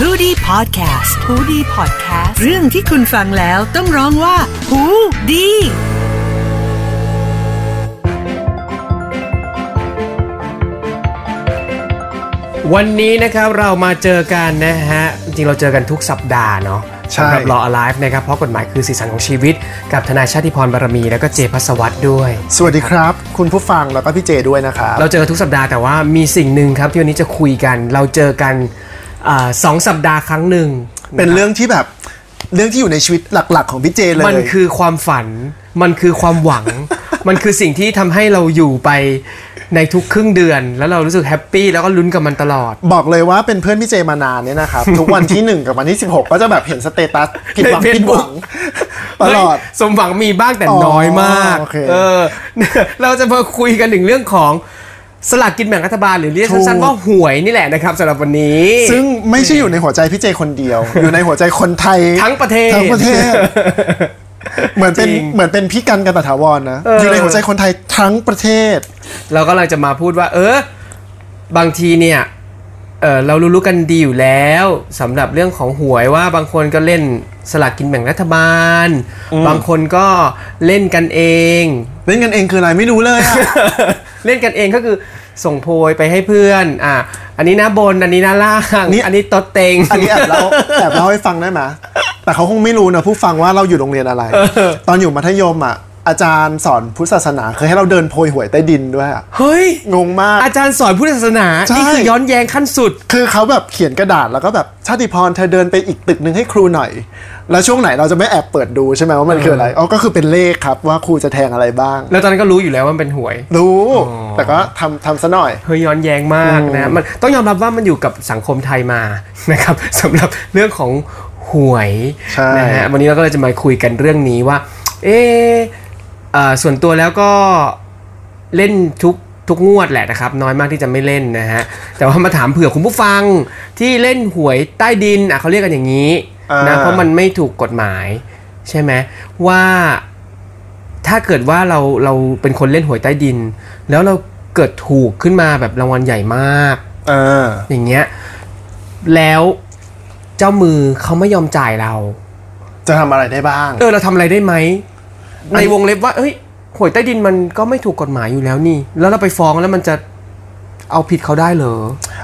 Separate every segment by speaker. Speaker 1: h o ดี้พอดแคสต์ฮูดี้พอดแคสต์เรื่องที่คุณฟังแล้วต้องร้องว่าหูดี
Speaker 2: วันนี้นะครับเรามาเจอกันนะฮะ จริงๆเราเจอกันทุกสัปดาห์เนาะ
Speaker 3: ใช่
Speaker 2: สำหรับ Law Alive นะครับเพราะกฎหมายคือสีสันของชีวิต กับทนายชาติพรบารมี แล้วก็เจพัสวัตรด้วย
Speaker 3: สวัสดีครับ คุณผู้ฟังแล้วก็พี่เจด้วยนะครับ
Speaker 2: เราเจอทุกสัปดาห์แต่ว่ามีสิ่งหนึ่งครับที่วันนี้จะคุยกัน เราเจอกันอาสองสัปดาห์ครั้งหนึ่ง
Speaker 3: เป็นเรื่องที่แบบเรื่องที่อยู่ในชีวิตหลัก ๆ ของพี่เจเลย
Speaker 2: มันคือความฝัน มันคือความห วัง มันคือสิ่งที่ทำให้เราอยู่ไปในทุกครึ่งเดือน แล้วเรารู้สึกแฮปปี้แล้วก็ลุ้นกับมันตลอด
Speaker 3: บอกเลยว่าเป็นเพื่อนพี่เจมานานเนี่ย นะครับ ทุกวันที่ 1 กับวันที่ 16 ก็จะแบบเห็นสเตตัสผิดหวัง
Speaker 2: ใน
Speaker 3: ผิดห
Speaker 2: Facebook
Speaker 3: วังตลอด
Speaker 2: เฮ้ยสมหวังมีบ้างแต่น้อยมาก
Speaker 3: อ๋อโอเค
Speaker 2: เออ เราจะมาคุยกันถึงเรื่องของสลากกินแบ่งรัฐบาลหรือเรียกสั้น
Speaker 3: ถูก
Speaker 2: ๆว่าหวยนี่แหละนะครับสำหรับวันนี้
Speaker 3: ซึ่งไม่ใช่อยู่ในหัวใจพี่เจคนเดียว อยู่ในหัวใจคนไทย
Speaker 2: ทั้งประเทศ
Speaker 3: ทั้งประเท ศ เหมือนเป็น
Speaker 2: จริง
Speaker 3: เหมือนเป็นพี่กันกันตถาวรนะ
Speaker 2: เอออ
Speaker 3: อยู่ในหัวใจคนไทยทั้งประเทศ
Speaker 2: เราก็เลยจะมาพูดว่า เออ บางทีเนี่ยเออเรารู้ๆกันดีอยู่แล้วสำหรับเรื่องของหวยว่าบางคนก็เล่นสลากกินแบ่งรัฐบาล บางคนก็เล่นกันเอง
Speaker 3: เล่นกันเองคืออะไรไม่รู้เลยอะ
Speaker 2: เล่นกันเองก็คือส่งโพยไปให้เพื่อน อ่ะ อันนี้หนะบน อันนี้หนะล่าง
Speaker 3: นี่
Speaker 2: อันนี้ตดเต็ง
Speaker 3: อันนี้แอบเล่าแอบเล่าให้ฟังได้ไหมแต่เขาคงไม่รู้นะผู้ฟังว่าเราอยู่โรงเรียนอะไร ตอนอยู่มัธยมอ่ะ อาจารย์สอนพุทธศาสนาเคยให้เราเดินโพยหวยใต้ดินด้วยอะ
Speaker 2: เฮ้ย
Speaker 3: งงมาก
Speaker 2: อาจารย์สอนพุทธศาสนา
Speaker 3: ใช่
Speaker 2: นี่คือย้อนแย้งขั้นสุด
Speaker 3: คือเขาแบบเขียนกระดาษแล้วก็แบบชาติพรเธอเดินไปอีกตึกหนึ่งให้ครูหน่อย แล้วช่วงไหนเราจะไม่แอบเปิดดูใช่ไหมว่ามันคืออะไรอ๋อก็คือเป็นเลขครับว่าครูจะแทงอะไรบ้าง
Speaker 2: แล้วตอนนั้นก็รู้อยู่แล้วว่ามันเป็นหวย
Speaker 3: รู้ แต่ก็ทำทำซะหน่อย
Speaker 2: เฮ้ยย้อนแย้งมากนะ มันต้องยอมรับว่ามันอยู่กับสังคมไทยมา นะครับ สำหรับเรื่องของหวย
Speaker 3: ใช่
Speaker 2: นะฮะวันนี้เราก็เลยจะมาคุยกันเรื่องนี้ว่า เอะเอ่อส่วนตัวแล้วก็เล่นทุกทุกงวดแหละนะครับ น้อยมากที่จะไม่เล่นนะฮะ แต่ว่ามาถามเผื่อคุณผู้ฟังที่เล่นหวยใต้ดินอ่ะเขาเรียกกันอย่างนี้นะเพราะมันไม่ถูกกฎหมาย ใช่ไหมว่า ถ้าเกิดว่าเราเราเป็นคนเล่นหวยใต้ดิน แล้วเราเกิดถูกขึ้นมาแบบรางวัลใหญ่มาก
Speaker 3: เออ
Speaker 2: อย่างเงี้ยแล้วเจ้ามือเขาไม่ยอมจ่ายเรา
Speaker 3: จะทำอะไรได้บ้าง
Speaker 2: เออเราทำอะไรได้ไหม
Speaker 3: อัน
Speaker 2: ในวงเล็บว่า เอ้ยหวยใต้ดินมันก็ไม่ถูกกฎหมายอยู่แล้วนี่ แล้วเราไปฟ้องแล้วมันจะเอาผิดเขาได้เหรอ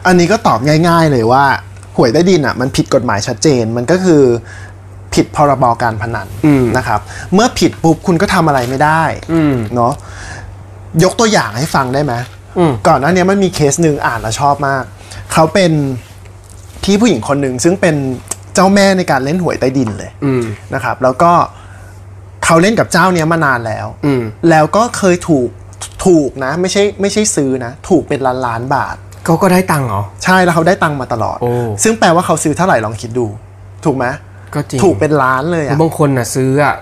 Speaker 3: อันนี้ก็ตอบง่าย ๆเลยว่าหวยใต้ดินอ่ะมันผิดกฎหมายชัดเจนมันก็คือผิดพรบการพนัน
Speaker 2: อืม
Speaker 3: นะครับ เมื่อผิดปุ๊บคุณก็ทำอะไรไม่ได้
Speaker 2: อืม
Speaker 3: เนาะยกตัวอย่างให้ฟังได้ไหม
Speaker 2: อืม
Speaker 3: ก่อนหน้านี้มันมีเคสหนึ่งอ่านแล้วชอบมาก เขาเป็นพี่ผู้หญิงคนหนึ่งซึ่งเป็นเจ้าแม่ในการเล่นหวยใต้ดินเลย
Speaker 2: อืม
Speaker 3: นะครับ แล้วก็เขาเล่นกับเจ้าเนี้ยมานานแล้ว
Speaker 2: อืม
Speaker 3: แล้วก็เคยถูกถูกนะ ไม่ใช่ไม่ใช่ซื้อนะ ถูกเป็นล้านล้านๆบาท
Speaker 2: เขาก็ได้ตังค์เหรอ
Speaker 3: ใช่ แล้วเขาได้ตังค์มาตลอด
Speaker 2: โอ้
Speaker 3: ซึ่งแปลว่าเขาซื้อเท่าไหร่ลองคิดดู ถูกไหม
Speaker 2: ก็จริง
Speaker 3: ถูกเป็นล้านเลยอ่ะ
Speaker 2: บางคนน่ะซื้ออะ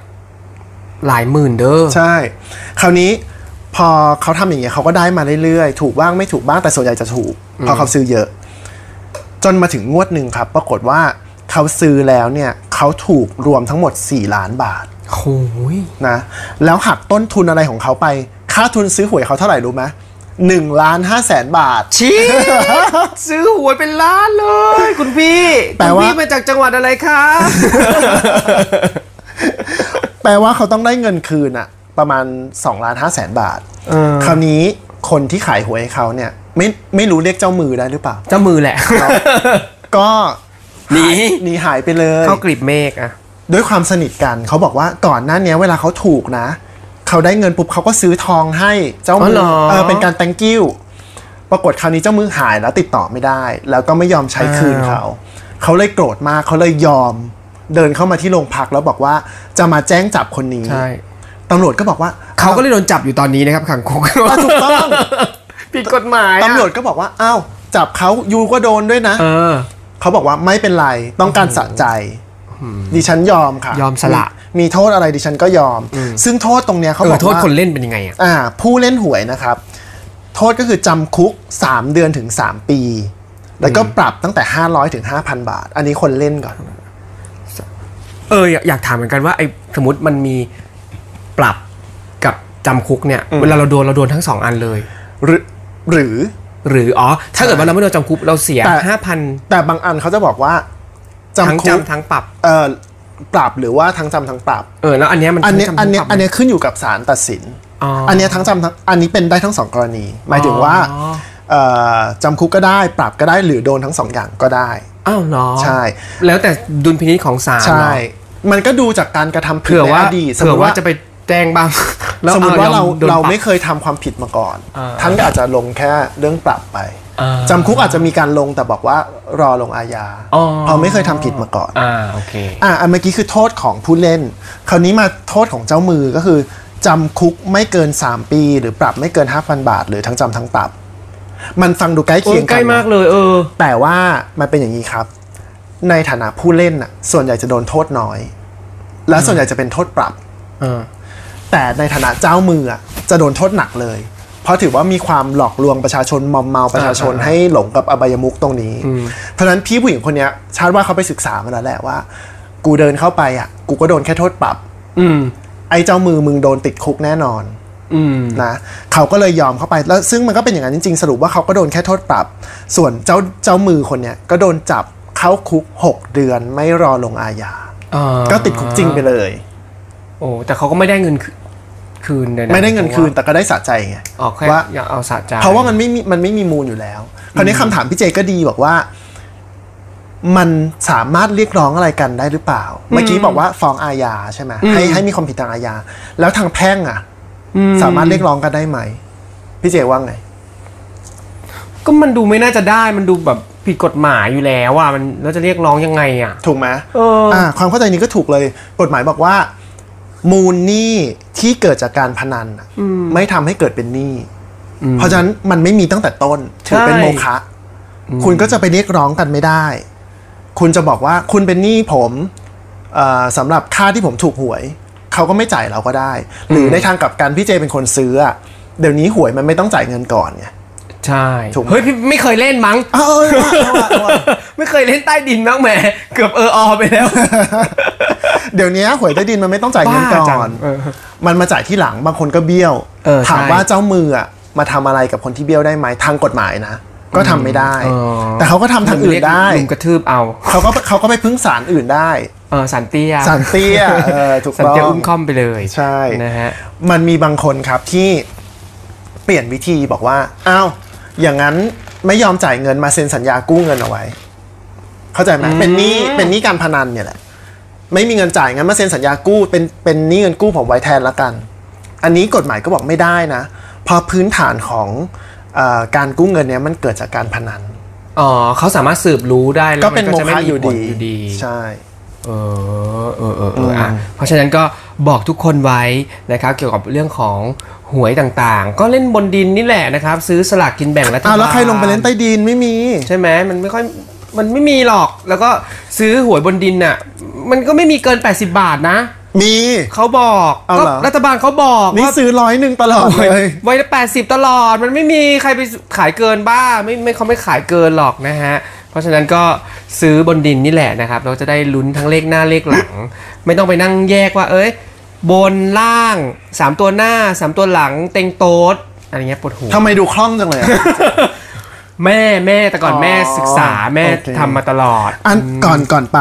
Speaker 2: หลายหมื่นเด้อ
Speaker 3: ใช่ คราวนี้พอเขาทำอย่างเงี้ยเขาก็ได้มาเรื่อยๆ ถูกบ้างไม่ถูกบ้างแต่ส่วนใหญ่จะถูกเพราะเขาซื้อเยอะ จนมาถึงงวดหนึ่งครับ ปรากฏว่าเขาซื้อแล้วเนี่ยเขาถูกรวมทั้งหมด 4 ล้านบาท
Speaker 2: โอ้ย
Speaker 3: นะแล้วหักต้นทุนอะไรของเขาไป ค่าทุนซื้อหวยเขาเท่าไหร่รู้ไหมหนึ่งล้านห้าแสนบาท
Speaker 2: ชี้ ซื้อหวยเป็นล้านเลย คุณพี่
Speaker 3: แปล
Speaker 2: คุณ
Speaker 3: ว่า
Speaker 2: พี่มาจากจังหวัดอะไร คะ
Speaker 3: แปลว่าเขาต้องได้เงินคืนอะประมาณ2ล้านห้าแสนบาท คราวนี้คนที่ขายหวยให้เขาเนี่ยไม่ไม่รู้เรียกเจ้ามือได้หรือเปล่า
Speaker 2: เจ้ามือแหละ
Speaker 3: ก็
Speaker 2: หนี
Speaker 3: หนีหายไปเลย
Speaker 2: เข้ากลีบเมฆอะ
Speaker 3: ด้วยความสนิทกันเขาบอกว่าก่อนหน้าเนี้ยเวลาเขาถูกนะ เขาได้เงินปุ๊บเขาก็ซื้อทองให้เจ้ามื
Speaker 2: อเหรอ
Speaker 3: เออเป็นการ thank you ปรากฏคราวนี้เจ้ามือหายแล้วติดต่อไม่ได้ แล้วก็ไม่ยอมใช้คืนเขาเขาเลยโกรธมากเขาเลยยอมเดินเข้ามาที่โรงพักแล้วบอกว่าจะมาแจ้งจับคนนี้ตำรวจก็บอกว่า
Speaker 2: เขาก็เลยโดนจับอยู่ตอนนี้นะครับขังคุก
Speaker 3: ถูกต้อง
Speaker 2: ผิดกฎหมายอะ
Speaker 3: ตำรวจก็บอกว่าอ้าวจับเขายูก็โดนด้วยนะ
Speaker 2: เออ
Speaker 3: เขาบอกว่าไม่เป็นไรต้องการสะใจ ดิฉันยอมค่ะ
Speaker 2: ยอมสละ
Speaker 3: มีมีโทษอะไรดิฉันก็ยอม ซึ่งโทษตรงเนี้ยเขา
Speaker 2: เอบ อ
Speaker 3: อก
Speaker 2: โทษ
Speaker 3: ว่า
Speaker 2: คนเล่นเป็นยังไงอะ
Speaker 3: อ่า ผู้เล่นหวยนะครับ โทษก็คือจำคุก 3 เดือนถึง 3 ปี แล้วก็ปรับตั้งแต่ 500ถึง5,000 บาท อันนี้คนเล่นก่อน
Speaker 2: เอออยากอยากถามเหมือนกันว่าไอ้สมมติมันมีปรับกับจำคุกเนี่ย เวลาเราโดนเราโดนทั้งสองอันเลย
Speaker 3: หรือหรือ
Speaker 2: หรืออ๋อถ้าเกิดว่าเราไม่โดนจำคุกเราเสีย
Speaker 3: แต่
Speaker 2: ห้าพัน
Speaker 3: แต่บางอันเขาจะบอกว่า จำ
Speaker 2: ทั้ง
Speaker 3: คุก
Speaker 2: จำทั้งปรับ
Speaker 3: เอ่อปรับหรือว่าทั้งจำทั้งปรับ
Speaker 2: เออแล้วอันเนี้ยมัน
Speaker 3: อันเนี้ย
Speaker 2: ทั้งจำ
Speaker 3: อั
Speaker 2: ทั้
Speaker 3: น
Speaker 2: ง
Speaker 3: เนี้
Speaker 2: ป
Speaker 3: ย
Speaker 2: รับ
Speaker 3: อันเนี้ยขึ้นอยู่กับศาลตัดสิน
Speaker 2: อ๋ออั
Speaker 3: นเนี้ยทั้งจำทั้งอันนี้เป็นได้ทั้งสองกรณี หมายถึงว่า
Speaker 2: อ๋อ
Speaker 3: เอ่อจำคุกก็ได้ปรับก็ได้หรือโดนทั้งสองอย่างก็ได้
Speaker 2: อ้าวเหรอ
Speaker 3: ใช่
Speaker 2: แล้วแต่ดุลพินิจของศาล
Speaker 3: ใช่
Speaker 2: เนาะ
Speaker 3: มันก็ดูจากการกระทำผิด
Speaker 2: เผื่อ
Speaker 3: ใน
Speaker 2: ว่า
Speaker 3: อดีตสม
Speaker 2: เผื่
Speaker 3: ม
Speaker 2: อ
Speaker 3: ติ
Speaker 2: ว่า
Speaker 3: ว่า
Speaker 2: จะไปแจ้งบ้าง แล้ว
Speaker 3: สมมติ
Speaker 2: อ
Speaker 3: ว่าเรา
Speaker 2: โดน
Speaker 3: เรา
Speaker 2: ปบ
Speaker 3: ไม่เคยทำความผิดมาก่อน
Speaker 2: เออ
Speaker 3: ท่านก็อาจจะลงแค่เรื่องปรับไป
Speaker 2: เออ
Speaker 3: จำคุกอาจจะมีการลงแต่บอกว่ารอลงอาญา
Speaker 2: อ๋อ
Speaker 3: เพราะไม่เคยทำผิดมาก่อน
Speaker 2: อ่าโอเค
Speaker 3: อ่ะอันเมื่อกี้คือโทษของผู้เล่น คราวนี้มาโทษของเจ้ามือก็คือจำคุกไม่เกิน 3 ปี หรือปรับไม่เกิน 5,000 บาท หรือทั้งจำทั้งปรับ มันฟังดูใกล้
Speaker 2: โอ้
Speaker 3: เคียง
Speaker 2: ใกล้
Speaker 3: กัะ
Speaker 2: มากเลย เออ
Speaker 3: แต่ว่ามันเป็นอย่างนี้ครับ ในฐานะผู้เล่นน่ะส่วนใหญ่จะโดนโทษน้อย และส่วนใหญ่จะเป็นโทษปรับ
Speaker 2: เออ
Speaker 3: แต่ในฐานะเจ้ามืออ่ะจะโดนโทษหนักเลย เพราะถือว่ามีความหลอกลวงประชาชนมอมเมาประชาชน
Speaker 2: อ่าๆๆ
Speaker 3: ให้หลงกับอบายมุขตรงนี้ เพราะฉะนั้นพี่ผู้หญิงคนเนี้ยชาติว่าเขาไปศึกษามาแล้วแหละว่า กูเดินเข้าไปอ่ะ กูก็โดนแค่โทษปรับ
Speaker 2: อืม
Speaker 3: ไอ้เจ้ามือมึงโดนติดคุกแน่นอน
Speaker 2: อืม
Speaker 3: นะเขาก็เลยยอมเข้าไปแล้วซึ่งมันก็เป็นอย่างนั้นจริงๆ สรุปว่าเขาก็โดนแค่โทษปรับ ส่วนเจ้าเจ้ามือคนเนี้ยก็โดนจับเข้าคุก 6 เดือนไม่รอลงอาญา
Speaker 2: อ่า
Speaker 3: ก็ติดคุกจริงไปเลย
Speaker 2: โอ้แต่เขาก็ไม่ได้เงินคืนคืนเลยนะ
Speaker 3: ไม่ได้เงินคืน
Speaker 2: พราะว่า
Speaker 3: แต่ก็ได้สะใจไง
Speaker 2: อ๋อแค่
Speaker 3: ว่า
Speaker 2: อยากเอาสะใจ
Speaker 3: เพราะว่ามันไม่มีมันไม่มีมูลอยู่แล้ว คราวนี้คำถามพี่เจก็ดีบอกว่า มันสามารถเรียกร้องอะไรกันได้หรือเปล่า เมื่อกี้บอกว่าฟ้องอาญาใช่ไหมให้ให้มีความผิดทางอาญา แล้วทางแพ่งอ่ะ สามารถเรียกร้องกันได้ไหมพี่เจว่าไง
Speaker 2: ก็มันดูไม่น่าจะได้มันดูแบบผิดกฎหมายอยู่แล้วอ่ะมันแล้วจะเรียกร้องยังไงอ่ะ
Speaker 3: ถูกไหม
Speaker 2: เอออ่
Speaker 3: าความเข้าใจนี้ก็ถูกเลย กฎหมายบอกว่า มูลหนี้ที่เกิดจากการพนันน่ะไม่ทำให้เกิดเป็นหนี้ เพราะฉะนั้นมันไม่มีตั้งแต่ต้น ถือเป็นโมฆะคุณก็จะไปเรียกร้องกันไม่ได้ คุณจะบอกว่าคุณเป็นหนี้ผมเอ่อสำหรับค่าที่ผมถูกหวย เขาก็ไม่จ่ายเราก็ได้ หรือในทางกลับกันพี่เจเป็นคนซื้ออะเดี๋ยวนี้หวยมันไม่ต้องจ่ายเงินก่อนไง
Speaker 2: ใช่
Speaker 3: ถูกไหม
Speaker 2: เฮ้ยพี่ไม่เคยเล่นมั้ง
Speaker 3: เอาเอาเอาเอาเอา
Speaker 2: ไม่เคยเล่นใต้ดินมั้งแหมเกือบเออออไปแล้ว
Speaker 3: เดี๋ยวนี้หวยใต้ดินมันไม่ต้องจ่ายเงินก่
Speaker 2: บ้าจั
Speaker 3: อง น
Speaker 2: เออ
Speaker 3: มันมาจ่ายที่หลังบางคนก็เบี้ยว
Speaker 2: เออใช่
Speaker 3: ถามว่าเจ้ามืออะมาทำอะไรกับคนที่เบี้ยวได้ไหมทางกฎหมายนะ ก็ทำไม่ได้
Speaker 2: เออ
Speaker 3: แต่เขาก็ทำทางอื่นได้
Speaker 2: ลุมกระทืบเอา
Speaker 3: เขาก็เขาก็ไปพึ่งศาลอื่นได้
Speaker 2: เออสันเตี้ย
Speaker 3: ศาลเตี้ยเออถูก
Speaker 2: สัน
Speaker 3: ต้อง
Speaker 2: เตี้ยอุ้มค่อมไปเลย
Speaker 3: ใช่
Speaker 2: นะฮะ
Speaker 3: มันมีบางคนครับที่เปลี่ยนวิธีบอกว่า อ้าว อย่างนั้นไม่ยอมจ่ายเงินมาเซ็นสัญญากู้เงินเอาไว้ เข้าใจไหมเป็นหนี้เป็นหนี้การพนันเนี่ยแหละ ไม่มีเงินจ่ายงั้นมาเซ็นสัญญากู้เป็นเป็นหนี้เงินกู้ผมไว้แทนละกัน อันนี้กฎหมายก็บอกไม่ได้นะเพอพื้นฐานของเออการกู้เงินเนี่ยมันเกิดจากการพนัน
Speaker 2: อ๋อเขาสามารถสืบรู้ได้แล้ว
Speaker 3: ก็เป็นโม
Speaker 2: จะ
Speaker 3: ฆะอยู่
Speaker 2: ผล
Speaker 3: ดี
Speaker 2: อยู่ดี
Speaker 3: ใช่
Speaker 2: เออเออเออเอออ่ะเพราะฉะนั้นก็บอกทุกคนไว้นะครับ เกี่ยวกับเรื่องของหวยต่างๆ ก็เล่นบนดินนี่แหละนะครับ ซื้อสลากกินแบ่งรัฐบา
Speaker 3: อ้าว
Speaker 2: ล
Speaker 3: แล้วใครลงไปเล่นใต้ดินไม่มี
Speaker 2: ใช่ไหมมันไม่ค่อยมันไม่มีหรอกแล้วก็ซื้อหวยบนดินน่ะมันก็ไม่มีเกิน 80 บาทนะ
Speaker 3: มี
Speaker 2: เขาบอก
Speaker 3: เอา
Speaker 2: ก็
Speaker 3: เหรอ
Speaker 2: รัฐบาลเขาบอก
Speaker 3: นี่
Speaker 2: ว่า
Speaker 3: ซื้อร้อยหนึ่งตลอดเลย
Speaker 2: ไว้ละแปดสิบตลอด มันไม่มีใครไปขายเกินบ้าไม่ไม่เขาไม่ขายเกินหรอกนะฮะเพราะฉะนั้นก็ซื้อบนดินนี่แหละนะครับ เราจะได้ลุ้นทั้งเลขหน้าเลขหลัง ไม่ต้องไปนั่งแยกว่า เอ้ย บนล่างสามตัวหน้าสามตัวหลังเต็งโต๊ดอะไรเงี้ยปวดหัว
Speaker 3: ทำไมดูคล่องจังเลยอะ
Speaker 2: แม่แม่แต่ก่อนแม่ศึกษาแม่
Speaker 3: โอเค
Speaker 2: ทำมาตลอด
Speaker 3: อันก่อนก่อนไป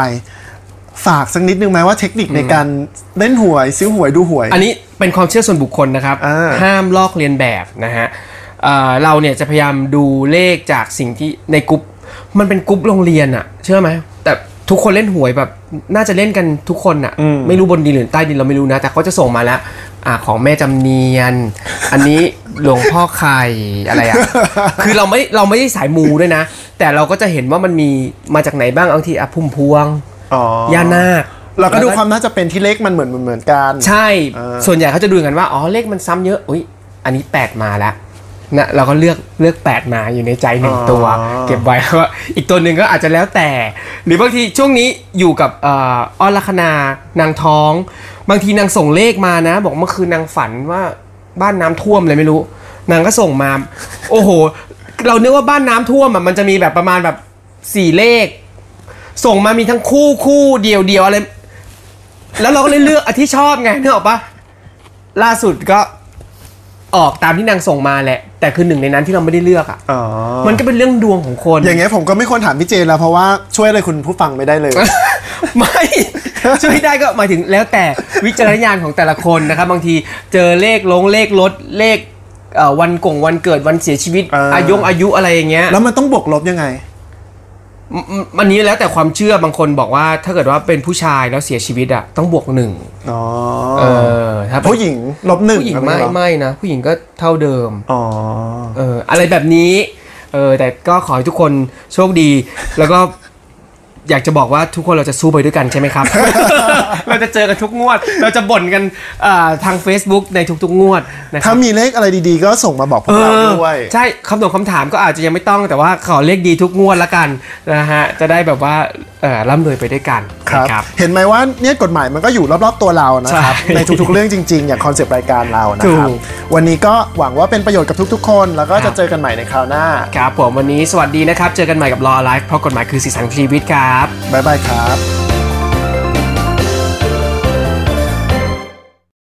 Speaker 3: ฝากสักนิดนึงไหมว่าเทคนิคในการเล่นหวย ซื้อหวยดูหวย
Speaker 2: อันนี้เป็นความเชื่อส่วนบุคคลนะครับ
Speaker 3: อ่า
Speaker 2: ห้ามลอกเลียนแบบนะฮะเอ่อเราเนี่ยจะพยายามดูเลขจากสิ่งที่ในกลุ่มมันเป็นกลุ่มโรงเรียนอะเชื่อไหมแต่ทุกคนเล่นหวยแบบน่าจะเล่นกันทุกคนอะไม่รู้บนดินหรือใต้ดินเราไม่รู้นะ แต่เขาจะส่งมาแล้วอ่าของแม่จำเนียน อันนี้ หลวงพ่อไข่อะไรอะคือเราไม่เราไม่ได้สายมูด้วยนะ แต่เราก็จะเห็นว่ามันมีมาจากไหนบ้างบางทีอ่ะพุ่มพวง
Speaker 3: อ๋อย่
Speaker 2: านาค
Speaker 3: เราก็ดูความน่าจะเป็นที่เลขมันเหมือนเหมือนเหมือนกัน
Speaker 2: ใช่
Speaker 3: เออ
Speaker 2: ส่วนใหญ่เขาจะดูกันว่า อ๋อ เลขมันซ้ำเยอะ อุ้ย อันนี้ 8 มาแล้วนะเราก็เลือกเลือก 8 มาอยู่ในใจหนึ่งตัว เก็บไว้ว่า อีกตัวหนึ่งก็อาจจะแล้วแต่ หรือบางทีช่วงนี้อยู่กับเอออ้อนลัคนานางท้อง บางทีนางส่งเลขมานะ บอกเมื่อคืนนางฝันว่าบ้านน้ำท่วมเลยไม่รู้ นางก็ส่งมา โอ้โห เราเนึกว่าบ้านน้ำท่วมอ่ะมันจะมีแบบประมาณแบบสี่เลข ส่งมามีทั้งคู่คู่เดียวเดียวอะไร แล้วเราก็เลยเลือกอันที่ชอบไงนึกออกปะล่าสุดก็ออกตามที่นางส่งมาแหละ แต่คือหนึ่งในนั้นที่เราไม่ได้เลือกอ่ะ
Speaker 3: อ๋อ
Speaker 2: มันก็เป็นเรื่องดวงของคน
Speaker 3: อย่างเงี้ยผมก็ไม่ควรถามพี่เจแล้วเพราะว่าช่วยอะไรคุณผู้ฟังไม่ได้เลย
Speaker 2: ไม่ ช่วยได้ก็หมายถึงแล้วแต่วิจารณญาณของแต่ละคนนะครับ บางทีเจอเลขลงเลขลดเลขเอ่อวันกงวันเกิดวันเสียชีวิต
Speaker 3: เอออ
Speaker 2: ยุอายุอะไรอย่างเงี้ย
Speaker 3: แล้วมันต้องบวกลบยังไง
Speaker 2: อืมอืมอันนี้แล้วแต่ความเชื่อบางคนบอกว่าถ้าเกิดว่าเป็นผู้ชายแล้วเสียชีวิตอะต้องบวกหนึ่ง
Speaker 3: อ๋อ
Speaker 2: เออถ้าเป็น
Speaker 3: ผู้หญิงลบหนึ่ง
Speaker 2: ผู้หญิง
Speaker 3: อะ
Speaker 2: ไม่
Speaker 3: ไรเรอ
Speaker 2: ไม่นะ ผู้หญิงก็เท่าเดิม
Speaker 3: อ๋อ
Speaker 2: เอออะไรแบบนี้เออแต่ก็ขอให้ทุกคนโชคดี แล้วก็อยากจะบอกว่าทุกคนเราจะสู้ไปด้วยกันใช่ไหมครับ เราจะเจอกันทุกงวด เราจะบ่นกันอ่าทาง Facebook ในทุกๆงวดนะครับ
Speaker 3: ถ้ามีเลขอะไรดีๆ ก็ส่งมาบอกพวกเราด้วย
Speaker 2: เออใช่คำตอบคำถามก็อาจจะยังไม่ต้องแต่ว่าขอเลขดีทุกงวดละกันนะฮะ จะได้แบบว่าเอ่อร่ำรวยไปด้วยกัน
Speaker 3: ครับ
Speaker 2: นะ
Speaker 3: เห็นไหมว่าเนี่ยกฎหมายมันก็อยู่รอบๆตัวเรานะครับ
Speaker 2: ใช่
Speaker 3: ในทุกๆเรื่องจริง ๆ อย่างคอนเซปต์รายการเรานะ
Speaker 2: ถู
Speaker 3: ครับ
Speaker 2: ก
Speaker 3: วันนี้ก็หวังว่าเป็นประโยชน์กับทุกๆ คน แล้วก็
Speaker 2: ครั
Speaker 3: จะ
Speaker 2: บ
Speaker 3: เจอกันใหม่ในคราวหน้า
Speaker 2: ครับผมวันนี้สวัสดีนะครับ เจอกันใหม่กับ Law Life เพราะกฎหมายคือสีสันชีวิตครับ
Speaker 3: บ๊ายบายครับ